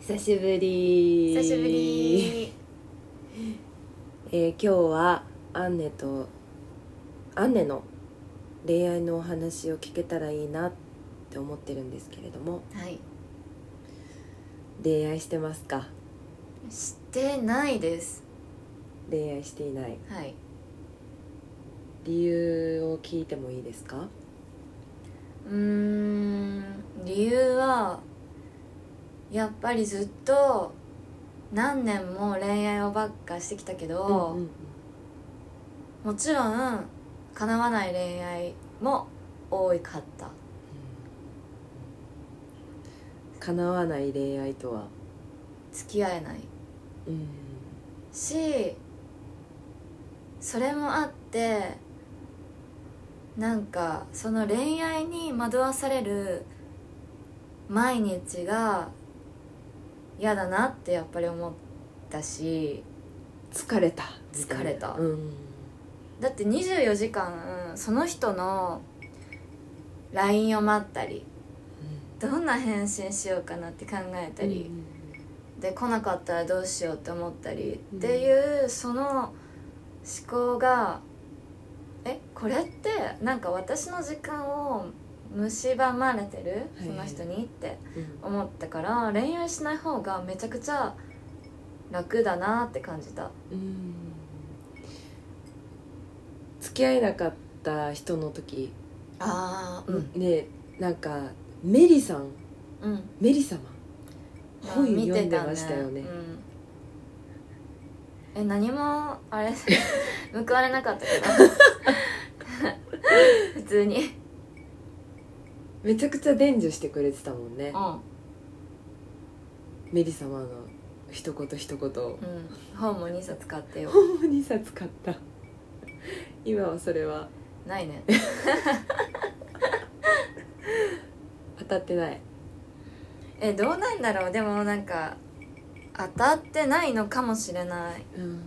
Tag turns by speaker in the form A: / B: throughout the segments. A: 久しぶり
B: 久しぶり
A: えー今日はアンネとアンネの恋愛のお話を聞けたらいいなって思ってるんですけれども
B: はい
A: 恋愛してますか
B: してないです
A: 恋愛していない
B: はい
A: 理由を聞いてもいいですか
B: うーん理由はやっぱりずっと何年も恋愛をばっかしてきたけど、
A: うん
B: もちろん叶わない恋愛も多かった
A: 叶わない恋愛とは
B: 付き合えない
A: うん
B: しそれもあってなんかその恋愛に惑わされる毎日が嫌だなってやっぱり思ったし
A: 疲れた
B: 疲れた
A: うん
B: だって24時間その人の LINE を待ったりどんな返信しようかなって考えたり、で来なかったらどうしようって思ったり
A: うん
B: っていうその思考がえこれってなんか私の時間を蝕まれてる
A: はい
B: その人にって
A: うん
B: 思ったから恋愛しない方がめちゃくちゃ楽だなって感じた
A: うん付き合えなかった人の時
B: あーうん
A: ねなんかメリさん
B: うん
A: メリ様本
B: 見
A: 読
B: て
A: んでましたよね
B: うんえ何もあれ 報われなかったけど 普通に
A: めちゃくちゃ伝授してくれてたもんね
B: うん
A: メリ様の一言一言を
B: うん、本も2冊買ってよ
A: 本を2冊買った今はそれは
B: ないね
A: 当たってない
B: えどうなんだろうでもなんか当たってないのかもしれない
A: うん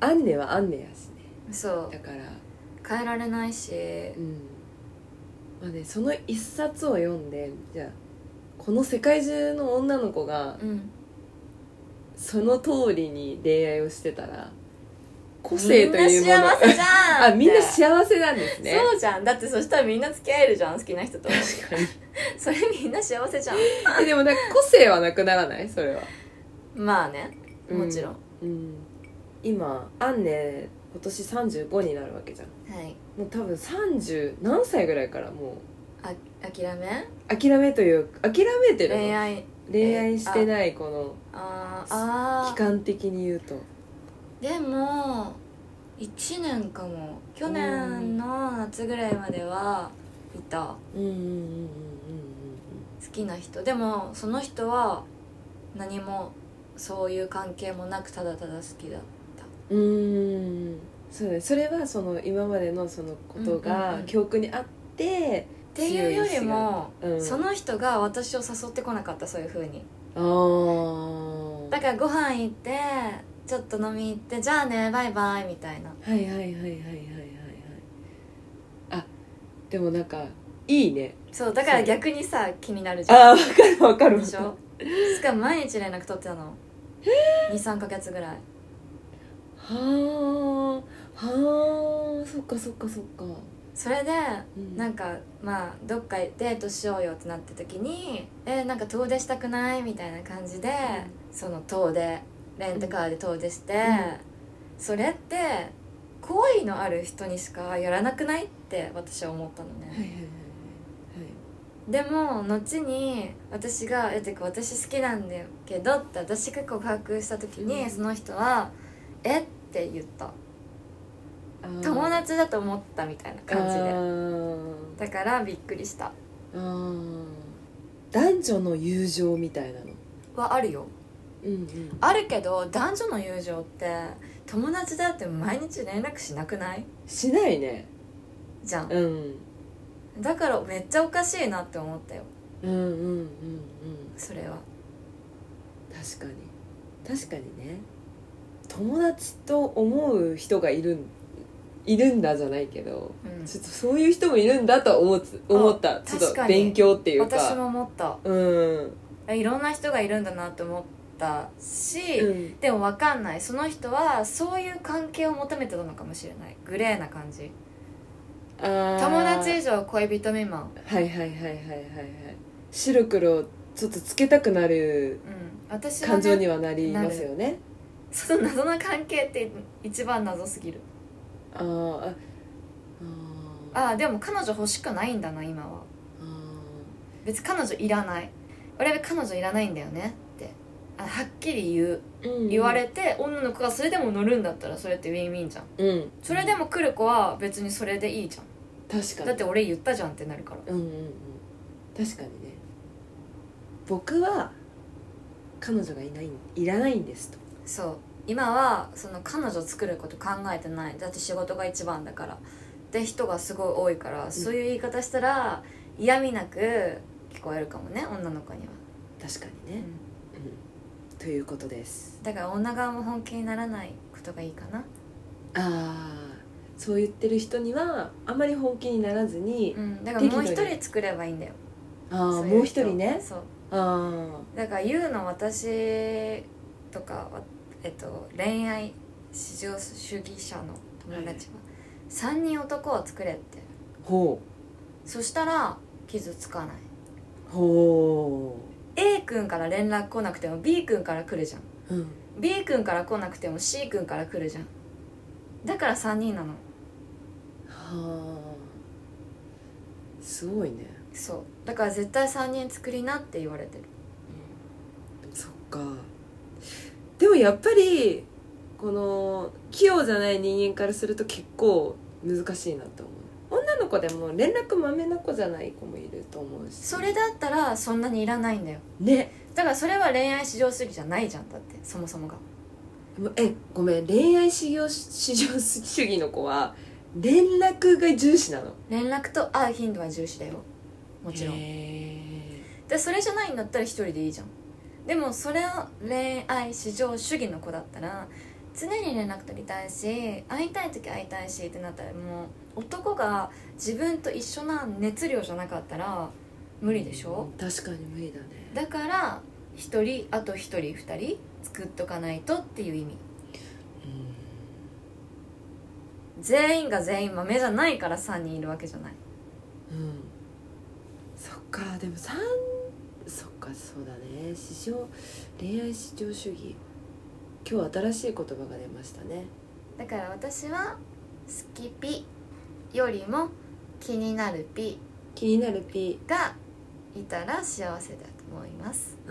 A: アンネはアンネやしね
B: そう
A: だから
B: 変えられないし
A: うんまあねその一冊を読んでじゃあこの世界中の女の子が
B: うん
A: その通りに恋愛をしてたら個
B: 個
A: 性というもの
B: みんな幸せじゃん
A: あみんな
B: せ
A: 幸せなんですね
B: そうじゃんだってそしたらみんな付き合えるじゃん好きな人と
A: 確かに
B: それみんな幸せじゃん
A: えでもなんか個性はなくならないそれは
B: まあねもちろん、
A: うん今アンネ今年35になるわけじゃん
B: はい
A: もう多分30何歳ぐらいからも
B: あ諦め
A: う諦めという諦めてるの
B: 恋愛
A: 恋愛してないこの
B: あーあ
A: 期
B: ー
A: 間的に言うと
B: でも1年かも去年の夏ぐらいまではいた
A: うんうんうんうんうん
B: 好きな人でもその人は何もそういう関係もなくただただ好きだ
A: うんうんうんそうだねそれはその今までのそのこと
B: うんうん
A: が
B: うん
A: 記憶にあって
B: っていうよりも、
A: 強い意志がうん
B: その人が私を誘ってこなかったそういう風に
A: あー
B: だからご飯行ってちょっと飲み行ってじゃあねバイバイみたいな
A: はいはいはいはいはいはいはいあでもなんかいいね
B: そうだから逆にさ気になるじゃん
A: あーわかるわかる
B: でしょしかも毎日連絡取ってたの23ヶ月ぐらい
A: はあはあそっかそっかそっか、
B: それで
A: うん
B: なんかまあどっかデートしようよってなった時に「えなんか遠出したくない?」みたいな感じで、その遠出レンタカーで遠出して、それって好意のある人にしかやらなくないって私は思ったの
A: はいはい
B: ね、
A: はい
B: でも後に私が「えてか私好きなんだけど」って私が告白した時に、
A: うん
B: その人は「えっ?」て言った
A: はいはい
B: 友達だと思ったみたいな感じ
A: あ
B: で
A: ー
B: だからびっくりした
A: あー男女の友情みたいなの
B: はあるよ
A: うんうん
B: あるけど男女の友情って友達だって毎日連絡しなくない
A: しないね
B: じゃん
A: うん
B: だからめっちゃおかしいなって思ったよ
A: うんうんうんうん
B: それは
A: 確かに確かにね友達と思う人がいるんいるんだじゃないけど
B: うん
A: ちょっとそういう人もいるんだとは思つ思ったち
B: 確かに
A: ょっと勉強っていうか
B: 私も思った
A: うん、
B: いろんな人がいるんだなって思ったし、
A: うん、
B: でも分かんないその人はそういう関係を求めてたのかもしれないグレーな感じ
A: あー
B: 友達以上恋人未満
A: はいはいはいはいはいはい白黒ちょっとつけたくなる
B: うん私は、ね、
A: 感情にはなりますよね
B: その謎な関係って一番謎すぎる
A: あーああー
B: ああでも彼女欲しくないんだな今は
A: あ
B: 別に彼女いらない俺は彼女いらないんだよねってあはっきり言う
A: ーうん
B: 言われて、女の子がそれでも乗るんだったらそれってウィンウィンじゃん
A: うん
B: それでも来る子は別にそれでいいじゃん
A: 確かに
B: だって俺言ったじゃんってなるから
A: うんうんうん確かにね僕は彼女がいないいらないんですと
B: そう今はその彼女作ること考えてないだって仕事が一番だからって人がすごい多いから、そういう言い方したら嫌味なく聞こえるかもね女の子には、
A: 確かにね、うん、ということです
B: だから女側も本気にならないことがいいかな
A: ああそう言ってる人にはあまり本気にならずに
B: う、んだからもう一
A: 適度に
B: 人作ればいいんだよ
A: ああ
B: そい
A: もう一
B: 人
A: 人ね
B: そう
A: あ
B: だから言うの私とかは、えっと、恋愛至上主義者の友達は3人男を作れって
A: あほ
B: そしたら傷つかないう
A: ほ
B: A 君から連絡来なくても B 君から来るじゃ
A: う
B: ん
A: うん
B: B 君から来なくても C 君から来るじゃんだから3人なの
A: はあすごいね、
B: そうだから絶対3人作りなって言われてる
A: そっかでもやっぱりこの器用じゃない人間からすると結構難しいなと思う女の子でも連絡まめな子じゃない子もいると思うし
B: それだったらそんなにいらないんだよ
A: ね
B: だからそれは恋愛至上主義じゃないじゃんだってそもそもが
A: もうえごめん恋愛至上至上主義の子は連絡が重視なの
B: 連絡と会う頻度は重視だよもちろんでそれじゃないんだったら一人でいいじゃんでもそれを恋愛至上主義の子だったら常に連絡取りたいし会いたい時会いたいしってなったらもう男が自分と一緒な熱量じゃなかったら無理でしょ
A: うん確かに無理だね
B: だから一人あと一人二人作っとかないとっていう意味全員が全員豆じゃないから3人いるわけじゃない
A: うんそっかでも三そっかそうだね至上恋愛至上主義今日新しい言葉が出ましたね
B: だから私は好きピよりも気になるピ
A: 気になる P
B: がいたら幸せだと思います
A: あ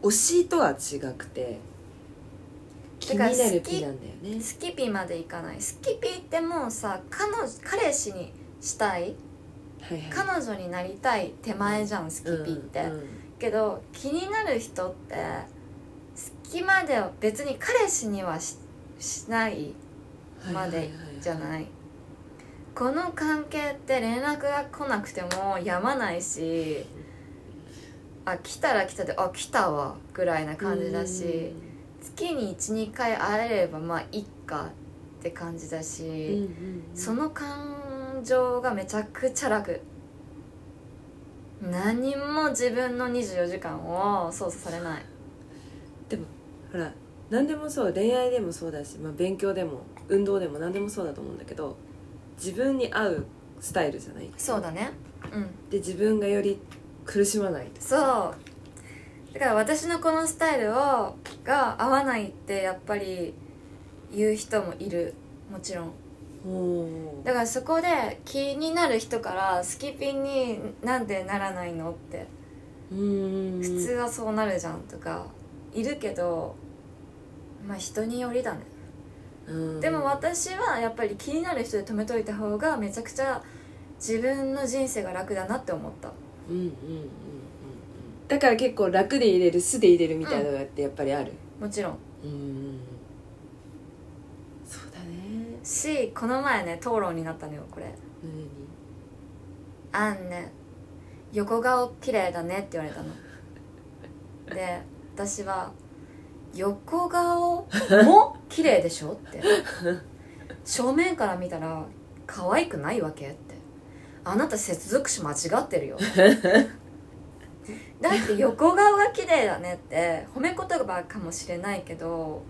A: ー推しとは違くて気
B: だ
A: に
B: か
A: な
B: ら好
A: る
B: き
A: P なんだよね
B: スキピまでいかないスキピってもうさ彼女彼氏にしたい
A: はいはい
B: 彼女になりたい手前じゃんスキピって、
A: うんうん
B: けど気になる人って好きまでは別に彼氏にはししないまでじゃ
A: ははは
B: ないいこの関係って連絡が来なくてもやまないしあ来たら来たであ来たわぐらいな感じだし、月に12回会えればまあいっかって感じだ
A: うんうん
B: し、
A: うんうん
B: その感情がめちゃくちゃ楽何も自分の24時間を操作されない
A: ほら何でもそう恋愛でもそうだし、まあ、勉強でも運動でも何でもそうだと思うんだけど自分に合うスタイルじゃない
B: そうだねうん
A: で自分がより苦しまないと
B: そうだから私のこのスタイルをが合わないってやっぱり言う人もいるもちろんだからそこで気になる人からスキピンになんでならないのって
A: うーん
B: 普通はそうなるじゃんとかいるけどまあ人によりだね
A: うん
B: でも私はやっぱり気になる人で止めといた方がめちゃくちゃ自分の人生が楽だなって思った
A: うんうんうんうんうんだから結構楽で入れる素で入れるみたいなのってやっぱりある
B: もちろん
A: うんそうだね
B: しこの前ね討論になったのよこれ
A: 何
B: 「あんね横顔綺麗だね」って言われたので私は「横顔も綺麗でしょ?」って正面から見たら可愛くないわけってあなた接続詞間違ってるよ だって横顔が綺麗だねって褒め言葉かもしれないけど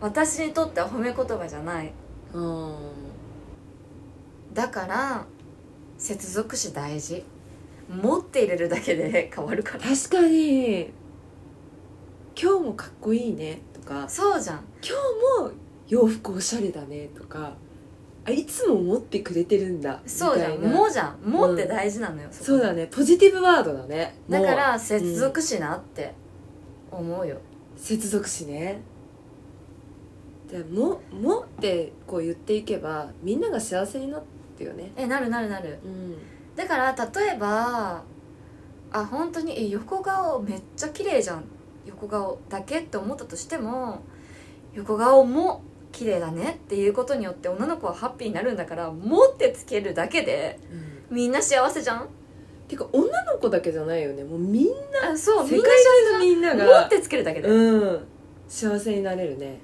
B: 私にとっては褒め言葉じゃない
A: あ
B: だから接続詞大事持って入れるだけで変わるから
A: 確かに「今日もかっこいいね」とか
B: そうじゃん
A: 「今日も洋服おしゃれだね」とかあ「いつも持ってくれてるんだ」み
B: そうじ
A: た
B: ゃん
A: いな
B: もうじゃんもうって大事なのよ、こ
A: そうだねポジティブワードだね
B: だか
A: もう
B: ら接続詞なって思うよ、
A: 接続詞ねでも「も」ってこう言っていけばみんなが幸せになってよね
B: えなるなるなる
A: うん
B: だから例えばあ本当にえ横顔めっちゃ綺麗じゃん横顔だけって思ったとしても横顔も綺麗だねっていうことによって女の子はハッピーになるんだから「も」ってつけるだけでみんな幸せじゃん
A: てか女の子だけじゃないよねもうみん
B: あそ
A: な
B: う
A: 世
B: みん
A: 界
B: な
A: 中のみんな
B: 幸せ
A: が
B: 持ってつけるだけで、
A: うん幸せになれるね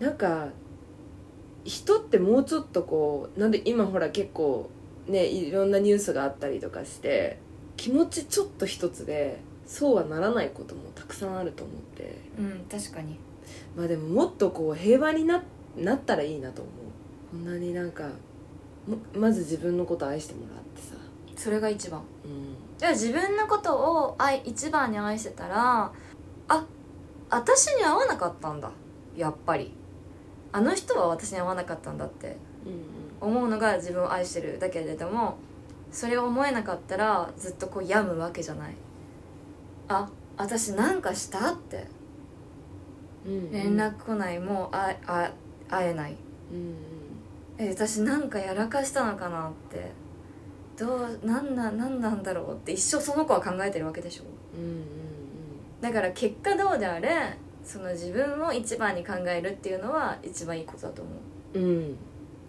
A: なんか人ってもうちょっとこうなんで今ほら結構ねいろんなニュースがあったりとかして気持ちちょっと一つでそうはならないこともたくさんあると思って
B: うん確かに
A: まあでももっとこう平和にななったらいいなと思うこんなになんかもまず自分のこと愛してもらってさ
B: それが一番
A: うん
B: じゃあ自分のことを愛一番に愛してたらあ私に合わなかったんだやっぱりあの人は私に合わなかったんだって
A: うん
B: 思うのが自分を愛してるだけれどもそれを思えなかったらずっとこう病むわけじゃないあ私なんかしたって
A: うん
B: 連絡来ないもうああ会えない
A: うんうん
B: え私なんかやらかしたのかなってどうなんななんなんだろうって一生その子は考えてるわけでしょ
A: うんうん
B: だから結果どうであれその自分を一番に考えるっていうのは一番いいことだと思
A: うんうん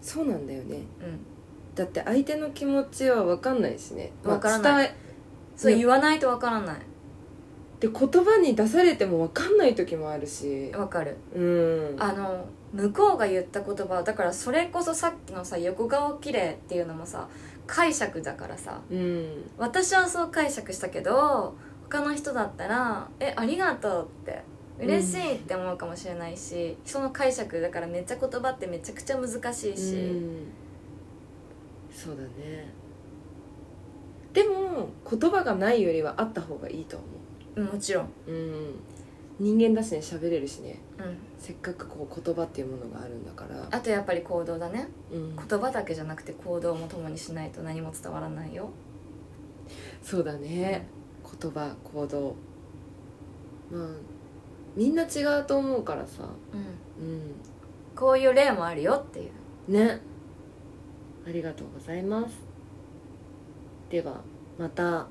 A: そうなんだよね
B: ううん
A: だって相手の気持ちは分かんないしね
B: 分からない
A: い、伝え
B: そう
A: ね
B: 言わないとわからない
A: で言葉に出されても分かんない時もあるし
B: わかる
A: うん
B: あの向こうが言った言葉だからそれこそさっきのさ横顔綺麗っていうのもさ解釈だからさ
A: うん
B: 私はそう解釈したけど他の人だったら「えありがとう」って嬉しいって思うかもしれないし、その解釈だからめっちゃ言葉ってめちゃくちゃ難しいし、
A: うんそうだねでも言葉がないよりはあった方がいいと思
B: うんもちろん、
A: ううん人間だしね喋れるしね
B: うん、
A: せっかくこう言葉っていうものがあるんだから
B: あとやっぱり行動だね
A: うん
B: 言葉だけじゃなくて行動も共にしないと何も伝わらないよ
A: そうだね言葉行動まあみんな違うと思うからさ
B: うん
A: うん
B: こういう例もあるよっていう
A: ねありがとうございますではまた